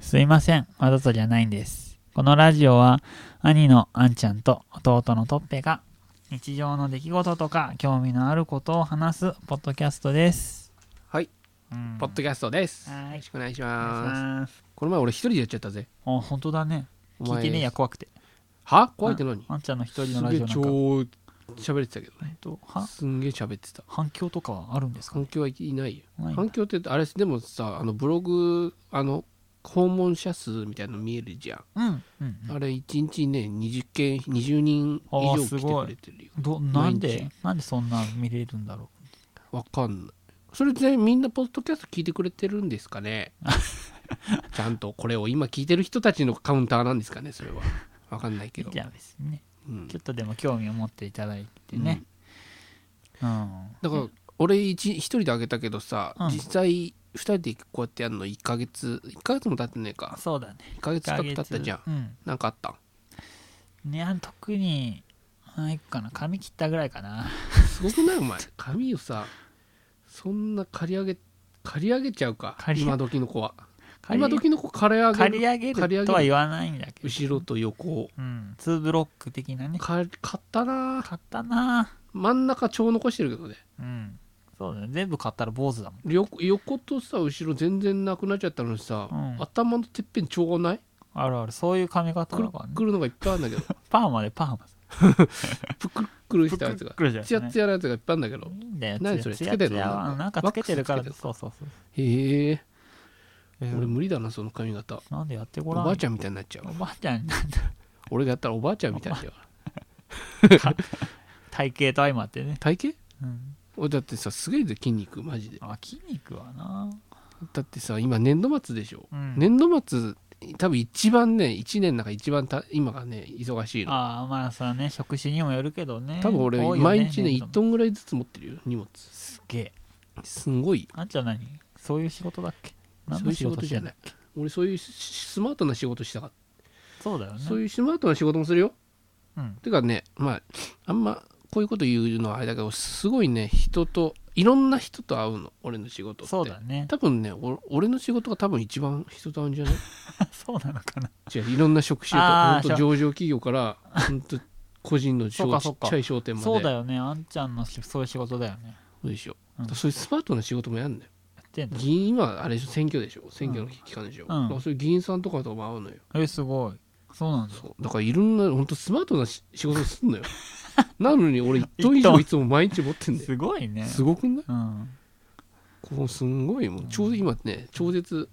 すいません、わざとじゃないんです。このラジオは、兄のあんちゃんと弟のトッペが、日常の出来事とか、興味のあることを話すポッドキャストです。はい、うん、ポッドキャストです。よはーろいし、くお願いしお願いします。ます。この前俺一人でやっちゃったぜ。あ、本当だね。お前聞いてねえや、怖くて。は怖いって何あんちゃんの一人すのラげえジオなん超か喋れてたけどね。えっとはすんげえ喋ってた。反響とかはあるんですか反響はいないよ。ないんだ反響ってあれでもさあのブログあの訪問者数みたいなの見えるじゃん。うん、うんうんあれ一日ね20件20人以あ上ー来すてごいくれてるよ。どなんで毎なんでそんな見れるんだろわかんない。それでみんなポッドキャスト聞いてくれてるんですかね ちゃんとこれを今聞いてる人たちのカウンターなんですかねそれは。わかんないけどう。じゃあ別にねうんちょっとでも興味を持っていただいてねうん、だから俺一一人であげたけどさ、うん実際2人でこうやってやるの1ヶ月1ヶ月も経ってねえかそうだね1ヶ月近く経ったじゃんうんなんかあったねあ特にないかな髪切ったぐらいかなすごくない お前髪をさそんな刈り上げ刈り上げちゃうか刈り今時の子は刈り 今時の子刈り上刈げりる上げ刈り上げるるとは言わないんだけど後ろと横をうん2ブロック的なね刈り刈ったな買ったな真ん中超残してるけどねうんそうだね全部買ったら坊主だもん横横とさ後ろ全然なくなっちゃったのにさ、うん頭のてっぺん超ないあるあるそういう髪型くるだかっらねくるのがいっぱいあるん だけどパーマでパーマぷくるっくくるしたやつがくるじゃんツヤツヤなやつがいっぱいあるんだけどいいんだよ。何それつけてんのツヤツヤなんかなんかつけてるからワックスつけそうそうそう。へえ、えー俺無理だなその髪型なんでやっておごらん。ばあちゃんみたいになっちゃうおばあちゃん。なんだ俺がやったらおばあちゃんみたいになっちゃう体型と相まってね。体型うん。俺だってさすげえぜ筋肉マジであ、筋肉はな。だってさ今年度末でしょ、うん年度末多分一番ね1年の中一番た今がね忙しいのああ、まあさね、職種にもよるけどね。多分俺多いよ毎日ね年度1もトンぐらいずつ持ってるよ荷物すげえ。すんごいよあんちゃん何そういう仕事だっけ何そういのう仕仕事事じじゃゃなないい俺そういうしスマートな仕事したかっそうだよた、ね。そういうスマートな仕事もするようん。てかねまああんまこういうこと言うのはあれだけどすごいね人といろんな人と会うの俺の仕事ってそうだね。多分ねお俺の仕事が多分一番人と会うんじゃない そうなのかな。違ういろんな職種とあー本当上場企業から本当個人のそうか小ちそうっかちゃい商店までそうだよね。あんちゃんのしそういう仕事だよね。そうでしょ、うんそういうスパートな仕事もやんだよやってんの議員今あれでしょ選挙でしょ選挙の期間でしょ、うんだからそういう議員さんとかとも会うのよ、え、すごい。そうなんだ。そうだからいろんな本当スマートなし仕事す んのよなのに俺一トン以上いつも毎日持ってんだよすごいね。すごくないうん。こうすんごいもうちょうど今ね超絶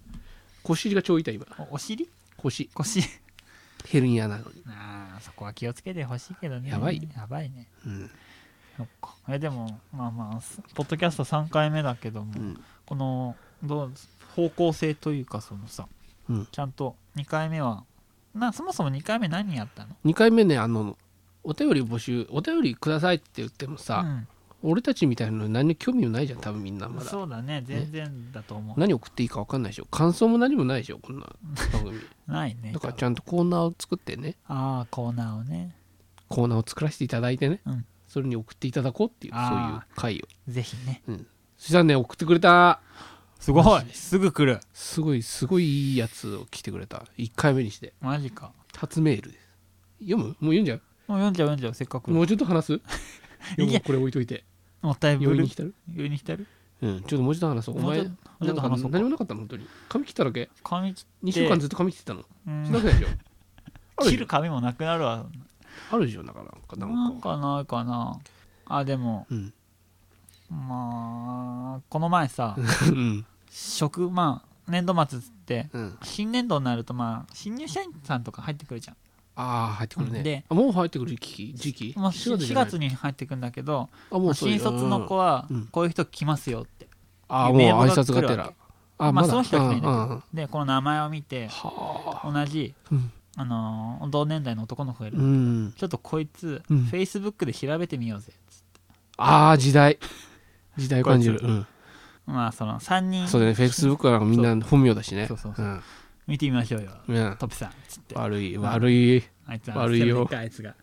腰が超痛い今おお尻腰腰ヘルニアなのに、ああそこは気をつけてほしいけどねやばいやばいねうんそっかえでもまあまあすポッドキャスト3回目だけども、うんこのどう方向性というかそのさうん、ちゃんと2回目はなそもそも2回目何やったの2回目ねあのお便り募集お便りくださいって言ってもさ、俺たちみたいなのに何の興味もないじゃん多分みんなうんまだそうだね全然だと思う、何送っていいか分かんないでしょ感想も何もないでしょこんな番組ないねだからちゃんとコーナーを作ってねああコーナーをねコーナーを作らせていただいてね、うんそれに送っていただこうっていうそういうあ回をぜひねそしたらね送ってくれたすごいすぐ来るすごいすごいいいやつを来てくれた1回目にしてマジか初メールです読むもう読んじゃうもう読んじゃう読んじゃうせっかくもうちょっと話す いいややこれ置いといてもったいぶ余裕るに来たる余裕に浸るうんちょっともうちょっと話そうお前もうちょもうちょっと話そうかなんか何もなかったの本当に髪切っただけ髪切2週間ずっと髪切ってたのうんしなくないでしょあ切るでしるょ髪もなくなるわあるでしょなんかなんかななんんかかないかなあでもうんまあこの前さうん職まあ年度末っつってうん新年度になるとまあ新入社員さんとか入ってくるじゃああ入ってくるねであもう入ってくる時期時期ん、まあ、 4 4, 月じゃない月に入ってくんだけど、あもまあうそうい新う卒の子はうんこういう人来ますよって、ああもう名簿挨が拶が来てるわらけあまあだその人は来ないんだけどうんうんでこの名前を見てはあ同じ、うんあのー同年代の男の子がいる、うんちょっとこいつ、うん Facebook で調べてみようぜああ時代時代を感じるこうんまあその3人そうだねフェイスブックはみんな本名だしねそうそうそうん見てみましょうよ、うんトップさんっつって悪いうん悪いあいつ悪いよあ の背のでっかいあいつが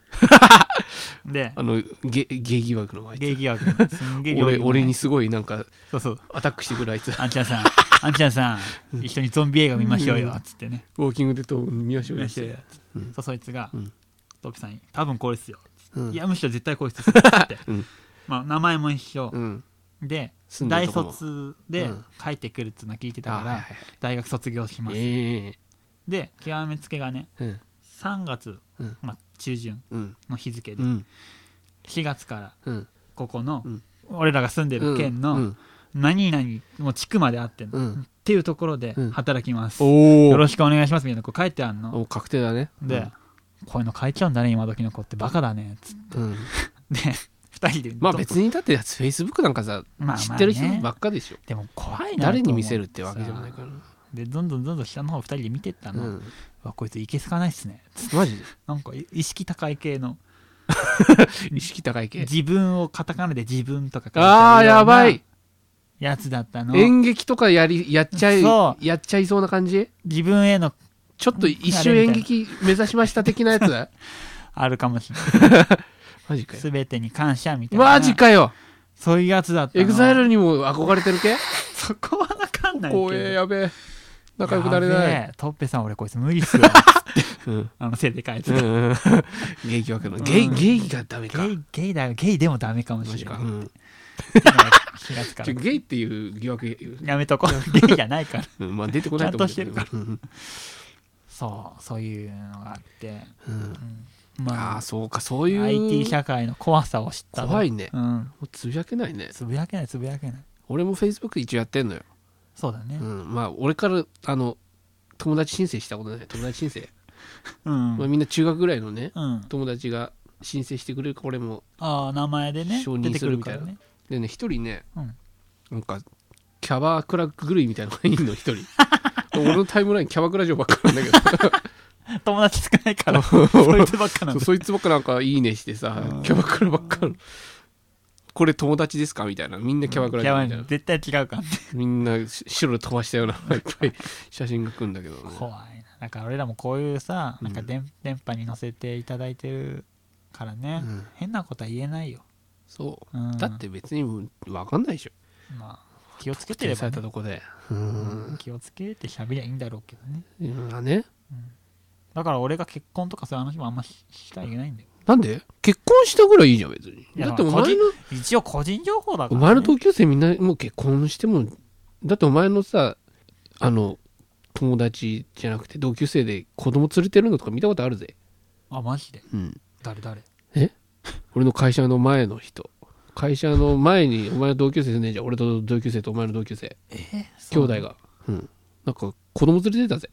であのゲゲイ疑惑のあい芸つ疑惑のすんげえ料理俺もね俺にすごいなんかそうそうアタックして くるあいつウあんちゃんさんあんちゃんさん一緒にゾンビ映画見ましょうよっつってねォーキングでと見ましょうよそうそうそいつが、うんトッピさんに「多分これですよ」うんいやむしろ絶対こいつです」って、うんまあ、名前も一緒う、んで住んで大るとこも卒でうん帰ってくるっつうのは聞いてたあから、はいはい大学卒業します、えで極めつけがねえうん3月、うんまあ、中旬うんの日付で、うん4月からうんここの、うん俺らが住んでる県うのん何々もう地区まであってんの、うっんていうところでうん働きます、およーろしくお願いしますみたいなこう書いてあんのお確定だねで、こういうの書いちゃうんだね今時の子ってバカだねつっうんうんてで2人でまあ別にだってフェイスブックなんかさまあまあね知ってる人ばっかでしょでも怖いな誰に見せるってわけじゃないかららなでどんどんどんどん下の方2人で見てったうの、うんわこいついけすかないっすねつってマジでなんかい意識高い系の意識高い系自分をカタカナで自分とか書いてるようなああやばいやつだったの演劇とかやりやっちゃいそやっちゃいそうな感じ自分へのちょっと一周演劇目指しました的な やつあるかもしれないマジかよ全てに感謝みたいなマジかよそういうやつだったのエグザイルにも憧れてる系そこはわかんないけど光栄やべえ仲良くなれないやべえトッペさん俺こいつ無理っすよ うんあのせいで書いてうたんうんゲイ疑惑のゲイうんゲイがダメかゲイゲイだよゲイでもダメかもマしジれかなういん 4月かちょらゲイっていう疑惑やめとこうゲイじゃないからうんまあ出てこないと思うけどちゃんとうんそうそういうのがあって、うんうんあまああそうかそういう IT 社会の怖さを知ったの怖いねうんもうつぶやけないねつぶやけないつぶやけない俺も Facebook 一応やってんのよそうだねうん、まあ俺からあの友達申請したことない友達申請、うん、まあ、うんみんな中学ぐらいのね友達が申請してくれるから俺もああ名前でね承出認てくするるみかたいらなねでね一人ねうんなんかキャバクラ狂いみたいなのがいいの一人 俺のタイムラインキャバクラ嬢ばっかなんだけ友達少ないから そいつばっかなんだどそうそいつばっかなんかいいねしてさキャバクラばっかのこれ友達ですかみたいなみんなキャバクラや嬢ばみいたいねな絶対違うからねみんなし白で飛ばしたような いっぱい写真が来るんだけどね、怖いななんか俺らもこういうさうんなんか電,、電波に乗せていただいてるからうね、ん、変なことは言えないよ、そううん、だって別に分かんないでしょまあ気をつけて提れ出ば、されたねとこでうん、気をつけて喋りゃいいんだろうけどねうんあねだから俺が結婚とかそういう話もあんまししたらいけないんだよなんで結婚したぐらいいいじゃん別にいやだってお前の一応個人情報だから、おね、前の同級生みんなもう結婚してもだってお前のさあの友達じゃなくて同級生で子供連れてるのとか見たことあるぜあマジでうん誰誰俺の会社の前の人会社の前にお前の同級生ねえじゃん俺と同級生とお前の同級生え兄弟がうんなんか子供連れてたぜ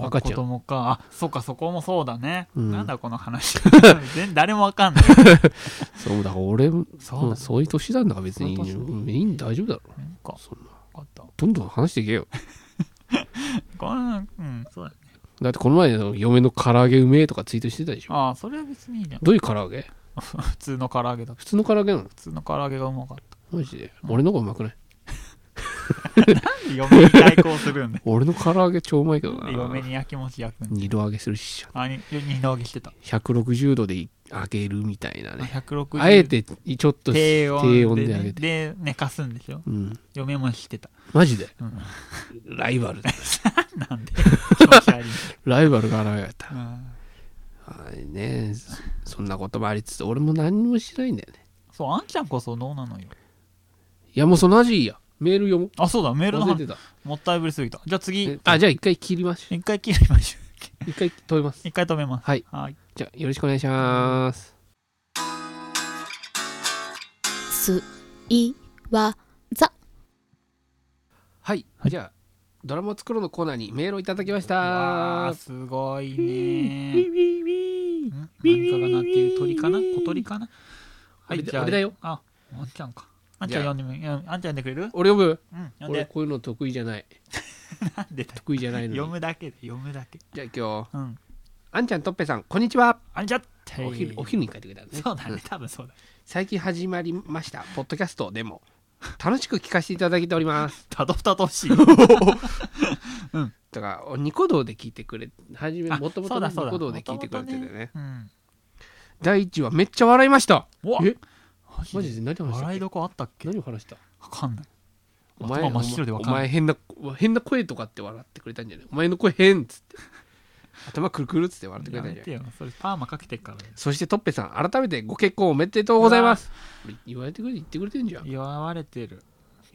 赤ちゃん子供かあそっかそこもそうだね、うんなんだこの話全然誰もわかんないそうだから俺もそうだそう,、ねいう年なんだから別にいいそういううんいいん大丈夫だろなんかそんな分かったどんどん話していけよこんうんそうだねだってこの前の嫁の唐揚げうめえとかツイートしてたでしょああそれは別にいいじゃんどういう唐揚げ普通の唐揚げだ普通の唐揚げなの普通の唐揚げがうまかっマジで俺の方がうまくないたなんで嫁に対抗するんだよ俺の唐揚げ超うまいけどなんで嫁なに焼きもち焼くんだよ二度揚げするしあに二度揚げしてた、 160度で揚げるみたいなあね160あえてちょっと低低温温で,、でね、揚げでて寝かすんでしょうん嫁もしてた、マジでうん、ライバルだなんで気持ち 悪いライバルが現れうたんはいねそそんなこともありつつ俺も何もしないんだよねそうあんちゃんこそどうなのよいやもうその味いいやメール読もうあそうだメールの忘話れてたもったいぶりすぎたじゃあ次えあじゃあ一回切りましょ一回切りましょう一回止めま すう一回止めますはいはいじゃあよろしくお願いしますすいわざはい、はいじゃあドラマを作ろうのコーナーにメールをいただきましわたあすごいねん何かが鳴っている鳥かな小鳥かなは俺いだじゃあ俺だよああんちゃんかあんちゃんじゃあ読んでみうんあんちゃん読んでくれる俺読むうん読ん俺でこういうの得意じゃないなんでだよ得意じゃないのに読むだけで読むだけじゃあ今日うんあんちゃんとっぺさんこんにちはあんちゃってお昼お昼に書いてくれたねそうだうねん多分そうだ最近始まりましたポッドキャストでも楽しく聞かせていただいておりますたどたど しいだからニコ動で聞いてくれはじめあもともそとうだニそうだコ動で聞いてくれててねうん第一話めっちゃ笑いましたうわえマジマジで何話したっ笑いけどこあったっけ何話したわかんないお前頭真っ白でわかんおな前い変な変な声とかって笑ってくれたんじゃないお前の声変っつって頭くるくるっつって笑ってくれやたんめじゃてないよそれパーマかけてっからだよそしてトッペさん改めてご結婚おめでとうございます俺言われてくれて言ってくれてんじゃん祝われてる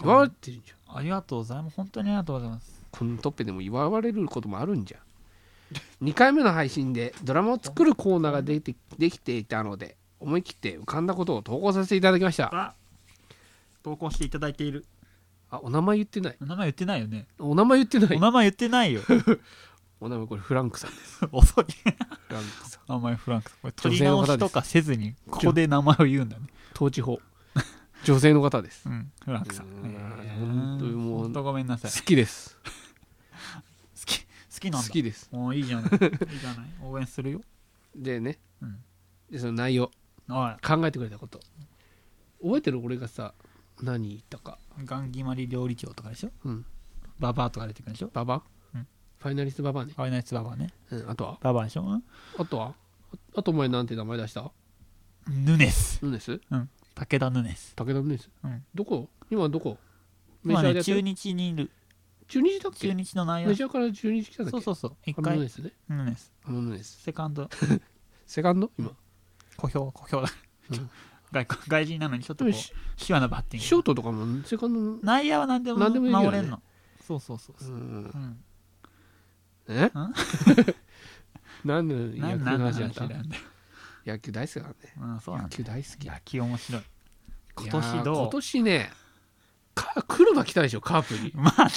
祝われてるじゃんありがとうございます本当にありがとうございますこのトッペでも祝われることもあるんじゃん2回目の配信でドラマを作るコーナーができてできていたので思い切って浮かんだことを投稿させていただきましたあ投稿していただいているあお名前言ってないお名前言ってないよねお名前言ってなおい名前言ってないよ お名前これフランクさんです遅いフランクさん名前フランクこれ取り女性の直方ですしとかせずにここで名前を言うんだね統治法女性の方ですうんフランクさんうえーーん本当にもう本当ごめんなさ好いきです好き好きな好んだきですもういいじゃないいいじゃない応援するよでね、うんでその内容おい考えてくれたこと覚えてる俺がさ何言ったかガンギマリ料理長とかでしょうんババアとか出てくるでしょババ、うんファイナリストババね、ファイナリストババアねうん、あとはババアでしょうんあとはああとお前なんて名前出したヌネスヌネス武田ヌネス武田ヌネス、うんどこ今どこメ今ジャーでねやって中る、日にいる中日だっ中け日の内野メジャーから中日来たんだっそうけそうそう一あのヌネ回スねヌネスあのヌネスセカンドセカンド今小兵小兵だうん外国外人なのにちょっとこうでもしシュアなバッティングショートとかもセカンドの内野は何でも何でもいいよね守れんのそうそうそううそうんうんえ 何の野何球の何の話話だなっんだたよ野球大好きなんでうんそうなん野だ球大好き野球面白い今いや年ーどう今年ねカ黒田来たでしょカープにまあね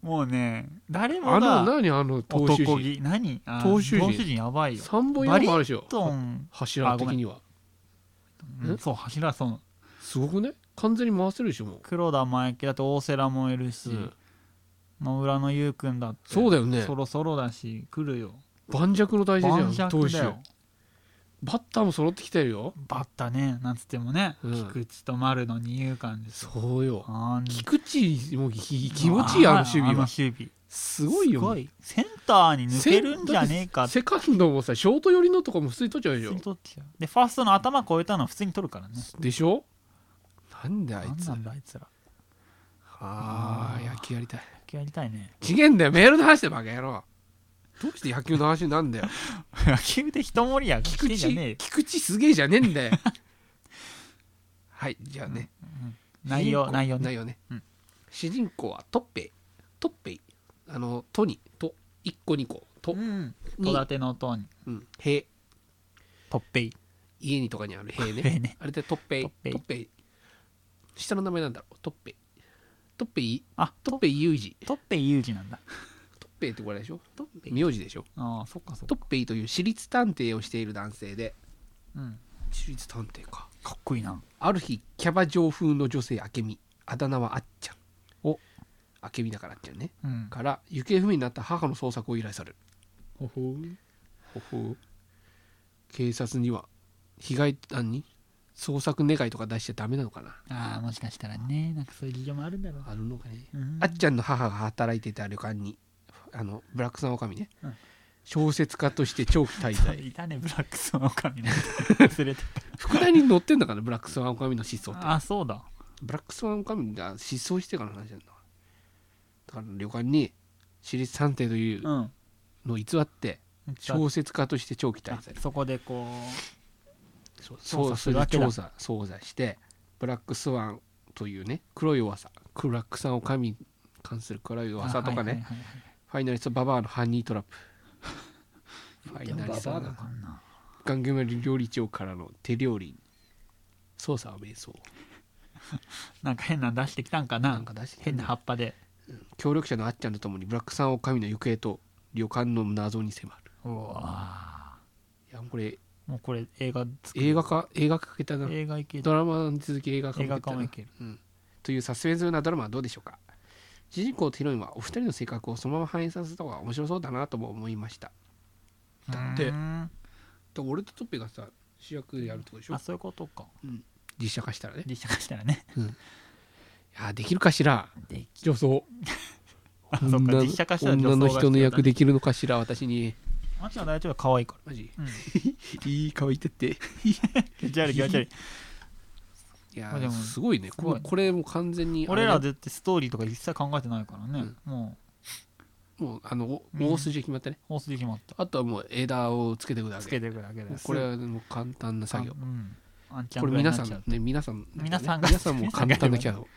もうね誰もあのが何あの投手男陣気何あー投手陣投手陣やばいよ三本四本あるでしょトン、柱的にはうんえそう柱そのすごくね完全に回せるでしょも黒田前家だって大瀬良もいるし、う、うん野浦の優君だってそうだよねそろそろだし来るよ盤石の体盤制石じだゃん投手よバッターも揃ってきてるよバッタねなんつってもね、うん菊池と丸の二遊間ですよそうよあー菊池もうひ気持ちいいあの守備あのは守備すごいよセンターに抜けるんじゃねえかってセカンドもさショート寄りのとかも普通に取っちゃうで普通にし取っちゃうでファーストの頭越えたのは普通に取るからねょでしょなんであいなんつなんだあいつらあー野球やりたい野球やりたい ね違えんだよメールの話でバカ野郎どうして野球の話になんだよ野球で一盛り上がりし菊てんじゃねえよ池菊池すげえじゃねえんだよはいじゃあね、内容内容ね内容ね、うん主人公はトッペイトッペイあの「と」に「と」1個2個「と」うんに戸建ての音にうん「へ」トッペイ家にとかにある「へ」へねいねあれでトッペイトトッペイッペイ下の名前なんだろうトッペイトッペイあトッペイユージトッペイ有事なんだトッペイってこれでしょ名字でしょああそっかそっかトッペイという私立探偵をしている男性でうん私立探偵かかっこいいなある日キャバ嬢風の女性あけみあだ名はあっちゃんおあけみだからあっちゃんねうんから行方不明になった母の捜索を依頼されるほほほほう警察には被害団に捜索願いとか出しちゃダメなのかなああもしかしたらねなんかそういう事情もあるんだろうあるのかね、うんあっちゃんの母が働いてた旅館にあのブラックさんおかみね、うん小説家として長期滞そう 在いたねブラックスの狼なんて忘れて副題に載ってんだからブラックスワンおかみの失踪ってたあそうだブラックスワンオカミが失踪してからの話なんだからだから旅館に私立探偵といううんのを偽って小説家として長期滞在そこでこそう捜そ査うすそるれわでけだ調査捜査してブラックスワンというね黒い噂ブラックスワンオカミに関する黒いう噂とあはかね、いはいはいファイナリストババアのハニートラッ プフはァいイナリストでもババアバだバかアんなガングメ料理長からの手料理捜査は瞑想なんか変なの出してきたんかななんか出してきた変な葉っぱで協力者のあっちゃんとともにブラックさんオカミの行方と旅館の謎に迫るうわいやこれーもうこれ映画作る映画化映画化かけたな映画いけるドラマに続き映画化映画も化もいけるうん、というサスペンスのようなドラマはどうでしょうか主人公とヒロインはお二人の性格をそのまま反映させた方が面白そうだなとも思いましただってうーんで俺とトッペがさ主役でやるってことでしょあそういうことか実写化したらねい実写化したらねやできるかしらで女装あそっか実写化したら女装女がの必要だね人の役できるのかしら私にあんちゃん大丈夫可愛いかマジら、うん、 いい顔いてって気持ち悪い気持ち悪いいやあでーもすごいねすごいここれもう完全に俺らあれだってストーリーとか一切考えてないからね、ももうあのおうん大筋で決まってね、うホースで決まったあとはもう枝をつけてくだつさいけていくだけでこれはもう簡単な作業あうんあんちゃんこぐられいに皆なさっちゃうんね皆さんね皆さんが皆さんも簡単なキ皆さんャラを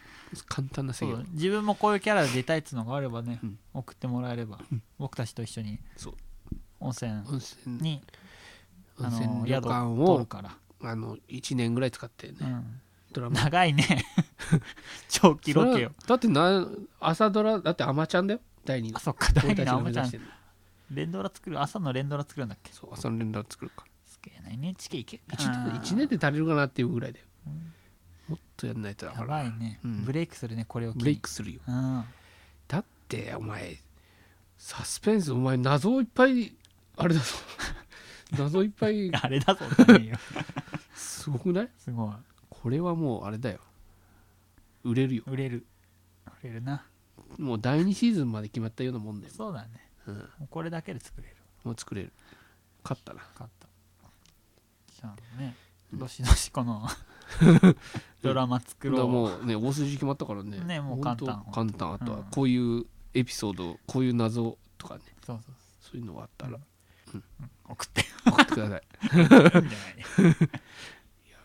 簡単なそ作業う自分もこういうキャラで出たいっつうのがあればね、うん送ってもらえれば、僕たちと一緒にそう温泉温泉に、あの温泉旅宿館を取るをから、あの1年ぐらい使ってねうんドラマ長いね 長期ロそケれをはだってな朝ドラだってアマちゃんだよ第2あのそっか大事俺たちながあ目まち指ゃんしてる連ドラ作る朝の連ドラ作るんだっけそう朝の連絡作るからすげえな NHK 行け一年あー一年で足りるかなっていうぐらいだようんもっとやんないとだかやらばいね、うんブレイクするねこれを機にブレイクするようんだってお前サスペンスお前謎をいっぱいあれだぞ 謎いっぱいあれだぞじゃねえよすごくないすごいこれはもうあれだよ売れるよ売れる売れるなもう第2シーズンまで決まったようなもんだよそうだね、うんもうこれだけで作れるもう作れる勝ったな買ったじゃあねどしどしこ のドラマ作だからろうもうね大筋決まったからねねもう簡単ほんと簡単あ当とうんはこういうエピソードこういう謎とかねそうそうそういうのがあったら送って送ってくださいくんじゃない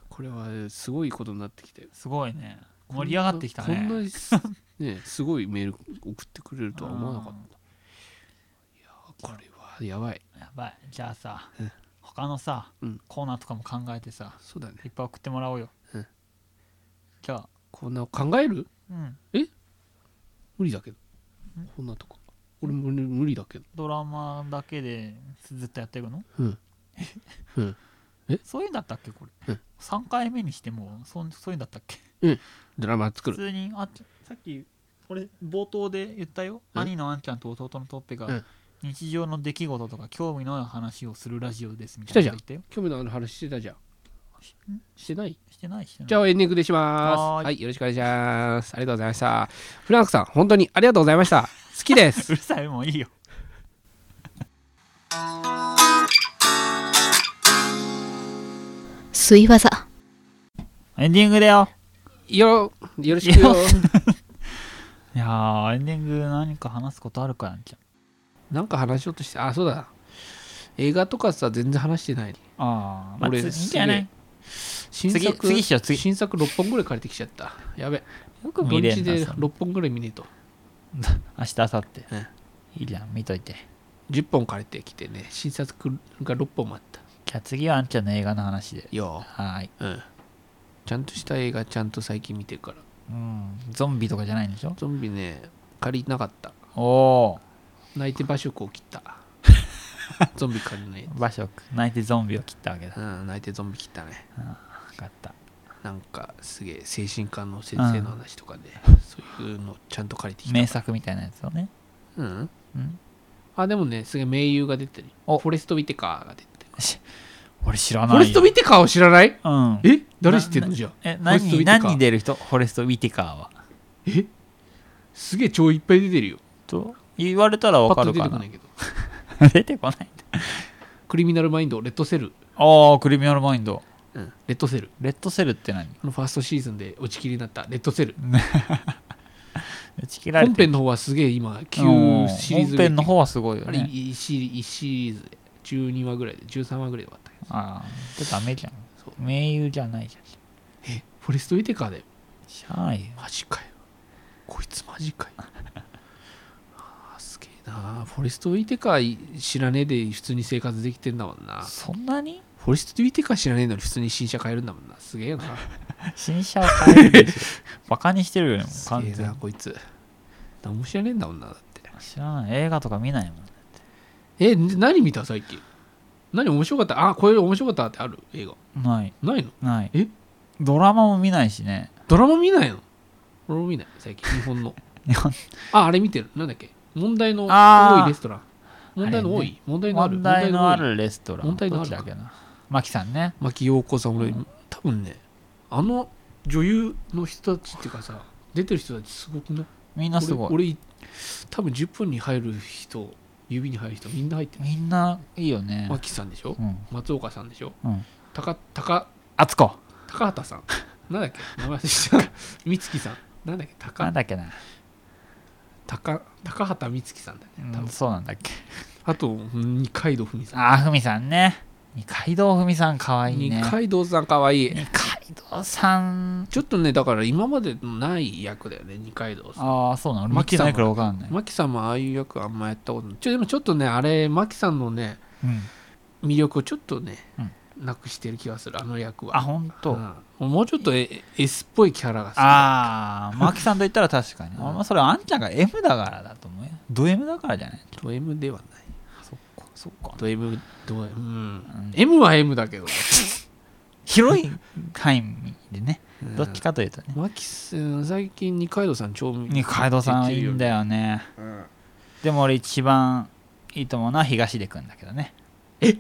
これはすごいことになってきて すごいね盛り上がってきたねこんなすねすごいメール送ってくれるとは思わなかっうたんこれはやばいたやばいじゃあさうん他のさうんコーナーとかも考えてさそうだねいっぱい送ってもらおうようんじゃあこんな考えるうん無理だけどんこんなとか俺無理無理だけどドラマだけでずっとやっていくのうんうんそういうんだったっけこうれん3回目にしてもそんそういうんだったっけドラマ作普る通にあっちさっき俺冒頭で言ったようん兄のあんちゃんと弟のトッペうがん日常の出来事とか興味のある話をするラジオですみたいなこと言ったよ興味のある話してたじゃんんしてないしてないしてないじゃあエンディングでします。はーはいいよろしくお願いします。ありがとうございました。フランクさん、本当にありがとうございました。好きです う。るさいもういいよすいわざ。エンディングだよよ、よろしくよよ。いやーエンディング何か話すことあるかやんちゃんなんか話しようとして、あ、そうだ。映画とかさ、全然話してない。あー、まあ俺次いいんじゃなすい新次作、次しよう次新作6本ぐらい借りてきちゃった。やべ。よく見れ土ん日なでその6本ぐらい見ねえと。明日明後日うんいいじゃん見といて10本借りてきてね、新作が6本もあった。じゃあ次はあんちゃんの映画の話でよはーい、うん。ちゃんとした映画、ちゃんと最近見てるから。うん、ゾンビとかじゃないんでしょゾンビね、借りなかった。おお泣いて馬食を 切った。ゾンビ借りない。馬食泣いてゾンビを切ったわけだうん、泣いてゾンビ切ったね。分かったなんかすげえ精神科の先生の話とかで、そういうのちゃんと借りてきた。名作みたいなやつをね、うん。うん、あ、でもね、すげえ名優が出てる。おフォレスト・ウィテカーが出てる。俺知らフォなレいスト・ウィテカーを知らないうんえ誰知ってるのじゃあえォレストウィ何テカー何に出る人フォレスト・ウィティカーはえすげえ超いっぱい出てるよ。と言われたらわパかッとる出かてこなないけ ど。出てこないんだクリミナル・マインド、レッドセル。ああクリミナル・マインドうん、レッドセル。レッドセルって何あのファーストシーズンで打ち切りになったレッドセル。打ち切られ本て編の方はすげえ今、うん9シリーズ本目編の方はすごいよあれね1シリ ,1 シリーズで12話ぐらいで13話ぐらいで終わったけどああちょっとダメじゃんそう名優じゃないじゃんえフォレスト・ウィテカーだよしゃあないよマジかよこいつマジ かよあーすげえなフォレスト・ウィテカー知らねえで普通に生活できてんだもんなそんなにフォレスト・ウィテカー知らねえのに普通に新車買えるんだもんなすげえ よな新車を変えるで しょバカにしてるよねもうすげ完え全なにこいつ何も知らねえんだもんなだって知らない映画とか見ないもんえで何見た最近何面白かったあこれ面白かったってある映画ないないのないえドラマも見ないしねドラマ見ないの俺も見ない最近日本の 日本あ、あれ見てる。なんだっけ問題のあー多いレストラン。問題の多い、あれ問題のある。問題のあ問題の多い。るレストラン問題のあるどっちだっけなマキさんね牧陽子さん、俺、うん多分ね、あの女優の人たちっていうかさ、出てる人たちすごくないみんなすごい俺、俺多分10分に入る人、指に入る人みんな入ってるみんないいよね脇さんでしょうん松岡さんでしょうん高高あつこ高畑さんなんだっけ名前忘 れちゃった美月さんなんだっけな高んだっけな、高高畑美月さんだうねん、多分そうなんだっけあとうん二階堂ふみさんあーふみさんね二階堂ふみさんかわいい二ね階堂さんかわいい二階堂さんちょっとねだから今までのない役だよね二階堂さんああそうなの俺見マキてさんないから分かんない、マキさんもああいう役あんまやったことないちょでもちょっとねあれマキさんのねうん、魅力をちょっとね、なくしてる気がするあの役はあ本当、あうんもうちょっとええ S っぽいキャラが好きあーマキさんと言ったら確かに、うんあまあそれあんちゃんが M だからだと思うよド M だからじゃないド M ではないそっかそっかド M ド M うんん M は M だけど広い範囲でねうんどっちかというとねマキスうん最近二階堂さん超見二階堂さんはいいんだよねうんでも俺一番いいと思うのは東出くんだけどねえ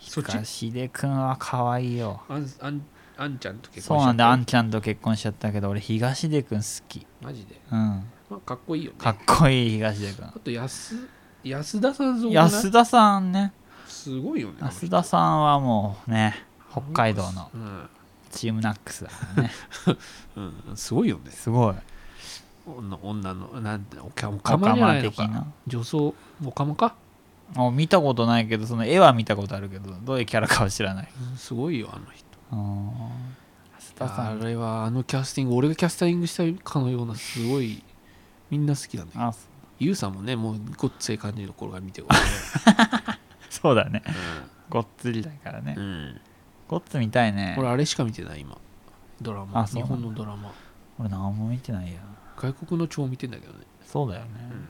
そっち東出くんは可愛いよあんあんあんちゃんと結そ婚うしちゃったなんだあんちゃんと結婚しちゃったけど俺東出くん好きマジで、うんまあ、かっこいいよねかっこいい東出あくと安安田さんすごんくない安田さんねすごいよね安田さんはもうね北海道のうん、チームナックスだからねうん、すごいよねすごい女女のなんておかおかオまカじゃマないの的かな女装おかまか、あ見たことないけどその絵は見たことあるけどどういうキャラかは知らないうん、すごいよあの人うん安田さあんれはあのキャスティング俺がキャスティングしたかのようなすごいみんな好きなんだけどあそゆうさんもねもうごっつい感じの頃が見てるそうだね俺、ごっつりだからねうんうん、ごっつみたいね俺あれしか見てない今ドラマあそう日本のドラマ俺何も見てないや外国の超見てんだけどねそうだよね、ん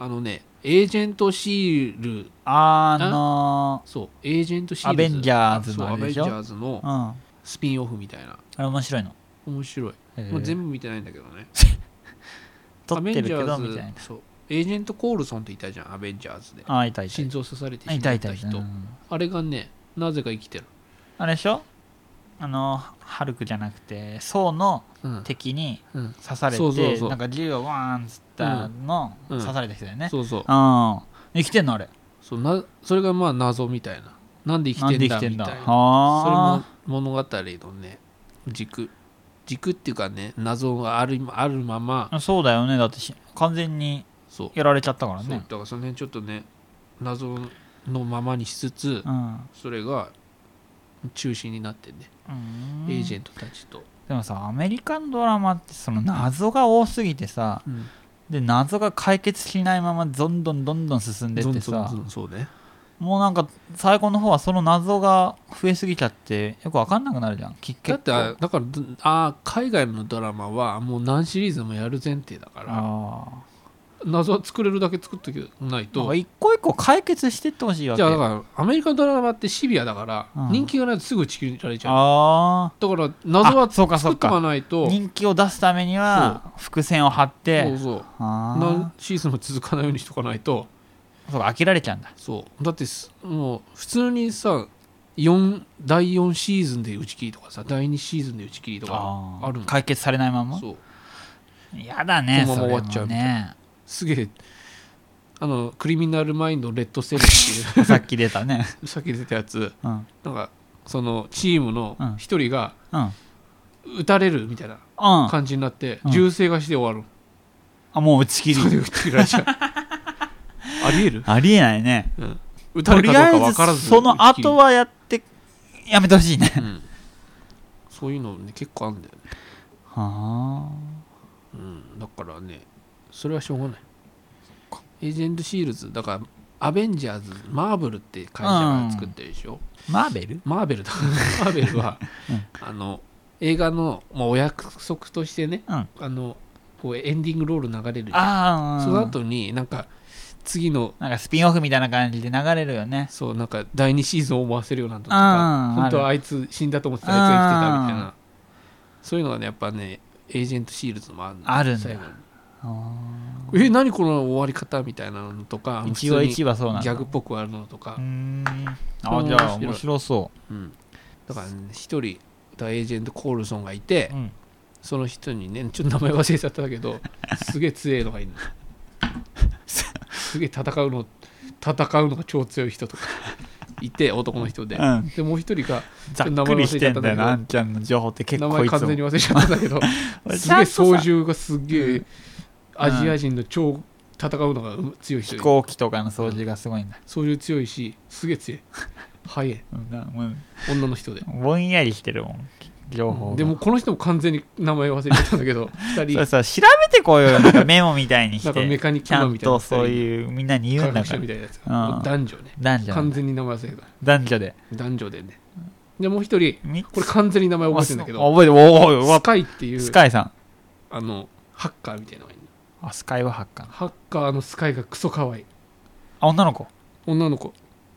あのねエージェントシールあのそうエージェントシールアベンジャーズのあれでしょそうアベンジャーズのーうんあスピンオフみたいなれ面白いの、面白い、えまあ、全部見てないんだけどね撮ってるけアベンジャどーズみたいなそうエージェント・コールソンっていたじゃんアベンジャーズであいたいた心臓刺されてあ死んいじたゃっいたたいた、人うんあれがねなぜか生きてる、あれでしょあのハルクじゃなくてソウのうん敵にうん、刺されて、そうそうそうなんか銃をワーンっつったの、うん刺された人だよねそうそうああ生きてんのあれそうなそれがまあ謎みたいななんで生なんで生きてんだきてんみただいあなそれもあ物語のね軸軸っていうかね謎があるあるままそそうだよねだってし完全にそうやられちゃったからそうだねからその辺ちょっとね謎のままにしつつうん、それが中心になってね、うん、エージェントたちと、でもさアメリカのドラマってその謎が多すぎてさで謎が解決しないままどんどんどんどん進んでっゾてンゾンさゾンそうねもうなんか最後の方はその謎が増えすぎちゃってよく分かんなくなるじゃんきだ結ってあ構だからどあー海外のドラマはもう何シリーズもやる前提だからあ謎は作れるだけ作っとけないあと一個一個解決してってほしいわけじゃあだからアメリカのドラマってシビアだから、うん人気がないとすぐ地球にられちゃうあだからあ謎はそうかそ作うっとかかないと人気を出すためには伏線を張っそうてそうあ何シーズンも続かないようにしとかないとあそうか飽きられちゃうんだそうだってすもう普通にさ四第4シーズンで打ち切りとかさ第2シーズンで打ち切りとかああるあの解決されないままそうやだねこそのままれ終わっちゃもうみたいねすげえあのクリミナルマインドレッドセルって いさっき出たねう さっき出たやつうんなんかそのチームのうん一人がうん打たれるみたいなうん感じになってうん銃声がして終わるあもう打ち切それりで打ち切られちゃうありえる、ありえないねうん、打たとりれるかあどうか分からえずずその後はやってやめてほしいね打ち切り、うんそういうのね結構あるんだよねはうん、だからねそれはしょうがないエージェントシールズだからアベンジャーズマーブルって会社が作ってるでしょ、あマーベルマーベルだ マーベルは、あの映画の、まあ、お約束としてねうんああのこうエンディングロール流れるじゃんあその後になんか次のなんかスピンオフみたいな感じで流れるよねそうなんか第2シーズンを思わせるようなのとうかん本当はあいつ死んだと思ってたやつが生きてたみたいなそういうのがねやっぱねエージェントシールズもあるあるんだ最後にあえ何この終わり方みたいなのとかあ一話一話そうなんギだャうグっぽくあるのとかー、んあじゃあ面白そうんだからね一、人だからエージェントコールソンがいて、う、うん、そ の人にねちょっと名前忘れちゃったけどすげえ強えのがいるのすげえ戦うの戦うのが超強い人 とかいて男の人で、うんでもう一人がざっくりしてんだよな、あんちゃんの情報って結名構前いつ完も全に忘れちゃったんだけどすげえ操縦がすげえアジア人の超戦うのが強い人飛で行機とかの掃除がすごいんだ。操縦強いしすげえ 強い早いうんなもう女の人でぼんやりしてるもん、情報が。でも、この人も完全に名前忘れてたんだ けど二そう人そう、調べてこいよよ、なんかメモみたいにしなんかメて。カニックちゃマンんみたいなとそういう、みんなに科言うんだ学から者み。たいなやつうん男女ね男女完の。全に名前忘れてた男女で。男女でねでもう一人みこれ完全に名前覚えてるんだけあど覚えてる、おーおースわカイっていうスカイさん。あのハッカーみたいなのがいるのあ、スカイはハッカー。ハッカーのスカイがクソ可愛いあ、女の子。女の子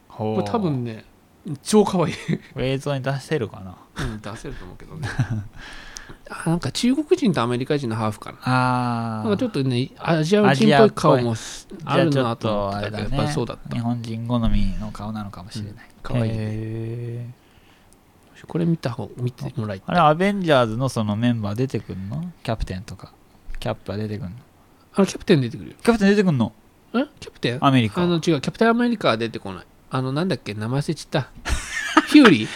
ほこうれ多分ね超可愛い映像に出せるかな。うん出せると思うけどね あなんか中国人とアメリカ人のハーフかなあなんあ。かちょっとねアジア人っぽい顔もあるじゃなあちょっとと思っあたれけどだやっねぱりそうだっ日た本人好みの顔なのかもしれない、可愛いへーこれ見た方見てもらいたあいれアベンジャーズのそのメンバー出てくんのキャプテンとかキャップは出てくんのあのキャプテン出てくるよキャプテン出てくんのえキャプテンあアメリカの違うキャプテンアメリカは出てこないあのなんだっけ名前忘れちゃったヒューリー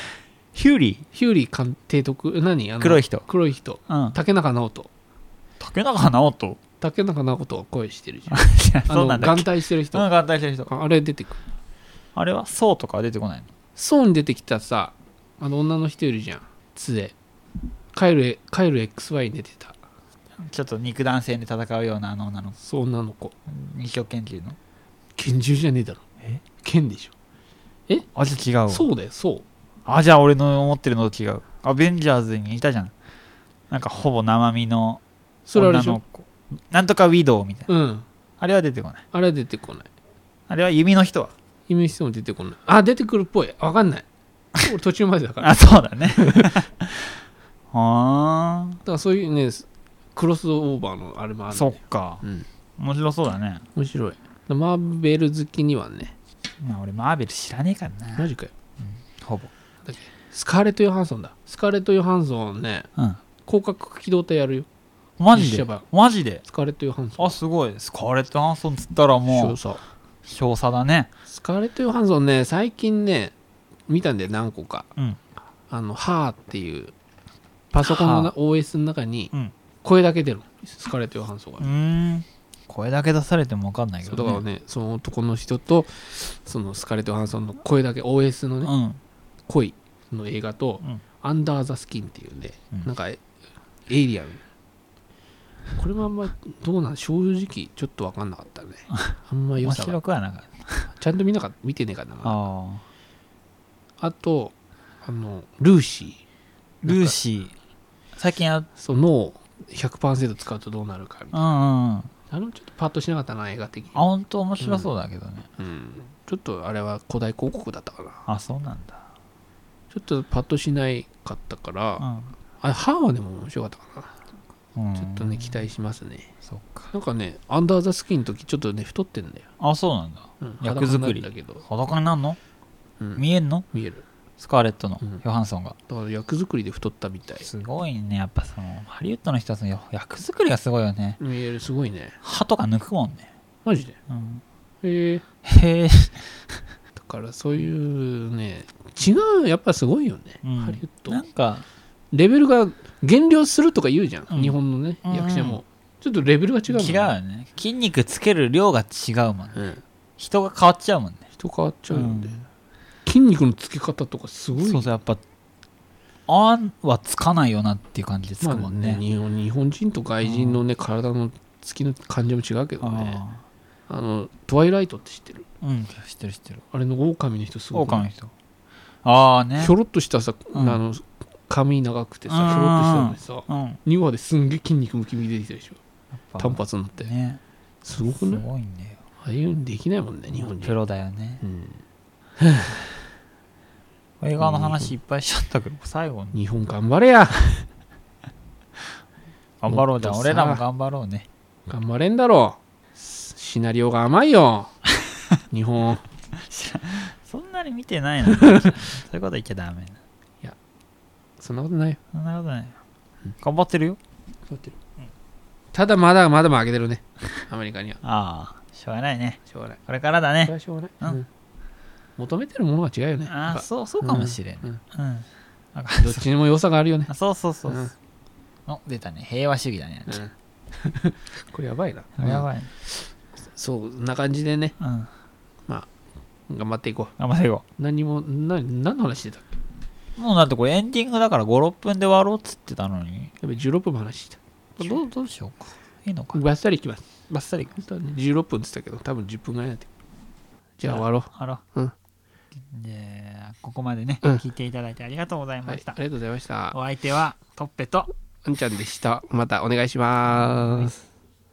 ヒューリヒューリー監督督何あーの黒い人黒い人うん竹中直人竹中直人竹中直人が声してるじゃん あ そうなのんだっ眼け帯してる人うんあ眼帯してる人あれ出てくるあれはそうとかは出てこないのそうに出てきたさあの女の人いるじゃん杖カエルカエル XY に出てたちょっと肉弾戦で戦うようなあの女の子そう女の子二極拳銃の拳銃じゃねえだろえ剣でしあじゃあ違ょうわそうだよそうあじゃあ俺の思ってるのと違うアベンジャーズにいたじゃんなんかほぼ生身のそれあれ女でしょの子なんとかウィドウみたいなうんあれは出てこないあれは出てこないあれは弓の人はイメージしても出てこないあ出てくるっぽいわかんない俺途中までだからあそうだね はだからそういうねクロスオーバーのあれもああるそっかうん面白そうだね面白いマーベル好きにはねまあ俺マーベル知らねえからなマジかよほぼスカーレット・ヨハンソンだスカーレット・ヨハンソンねうん広角機動隊やるよマジ実で写版マジでスカーレット・ヨハンソンあすごいスカーレット・ハンソンっつったらもう少佐少佐だねスカーレット・ヨハンソンね最近ね見たんだよ何個か、うんあの「はーっていうパソコンのな OS の中にうん声だけ出るの、スカーレット・ヨハンソンがう、ーん声だけ出されても分かんないけそうだど、からね、ねその男の人とそのスカーレット・ヨハンソンの声だけ OS のね、うん恋の映画とうん「アンダー・ザ・スキン」っていうね、うんなんかエイリアンこれもあんまどうなん正直ちょっと分かんなかったね あんま良面さが白くはなかったちゃんと見なかった見てねえかなあああとあのルーシールーシー最近やうんその脳を100%使うとどうなるかみたいうんうんあなあのちょっとパッとしなかったな映画的に、本当面白そうだけどね、うん、ちょっとあれは古代広告だったかなあそうなんだちょっとパッとしないかったから、うんあれ歯はでも面白かったかなうんちょっとね期待しますねそっかなんかねアンダーザスキンの時ちょっとね太ってんだよ、あそうなんだうん、役作り裸になるんだけど、裸になんのうん見えんの見えるスカーレットのうんヨハンソンが、だから役作りで太ったみたいすごいねやっぱそのハリウッドの人はそのよ役作りがすごいよね見えるすごいね歯とか抜くもんね、マジでうん、へえへえ、だからそういうね違うやっぱすごいよね、うんハリウッドなんかレベルが減量するとか言うじゃん、うん日本のねうん役者も、ちょっとレベルが違うもん違うよね筋肉つける量が違うもんねうん、人が変わっちゃうもんね人変わっちゃうので、うん筋肉のつけ方とかすごいそうそうやっぱあんはつかないよなっていう感じでつまくあもんね,、ね日本日本人と外人のね、体のつきの感じも違うけどねああのトワイライトって知ってるあうん知ってる知ってるあれの狼の人すごく狼の人ああねひょろっとしたさ、うんあの髪長くてさうんひょろっとしたのにさうんやっ2話ですんげえ筋肉ムキムキ出てきたでしょぱ単発になって、ねすごくすないごいんだよああいうのできないもんね日本人プロだよねうん映画の話いっぱいしちゃったけど最後に日本頑張れや頑張ろうじゃんもっと俺らさも頑張ろうね頑張れんだろシナリオが甘い よ日本そんなに見てない のそういうこと言っちゃダメなそんなことないよそんなことないよ頑張ってるよただまだまだ負けてるねアメリカにはああしょうがないね。しょうがないこれからだそれね。はしょうがうない、んうん求めてるものは違うよねやっああ、ぱそう、そうかもしれん。ううんん。なんかどっちにも良さがあるよねあそうそうそううそんう。お、出たね。平和主義だね。うん これやばいなやばい。そうそんな感じでねうん。頑張っていこ頑張っていこう何もな何の話してたっけう。もうだってこれエンディングだから5、6分で終わろうっつってたのに。やべ16分の話してたどうどうししようか。いいのか。バッサリいきますバッサリ。本当はね16分って言ったけど多分10分ぐらいになってくるじゃあ終わろうあら。うんで、ここまでね、うん聞いていただいてありがとうございはまいしあた。りがとうございましたお相手は、トッペと、あんちゃんでしたまたお願いします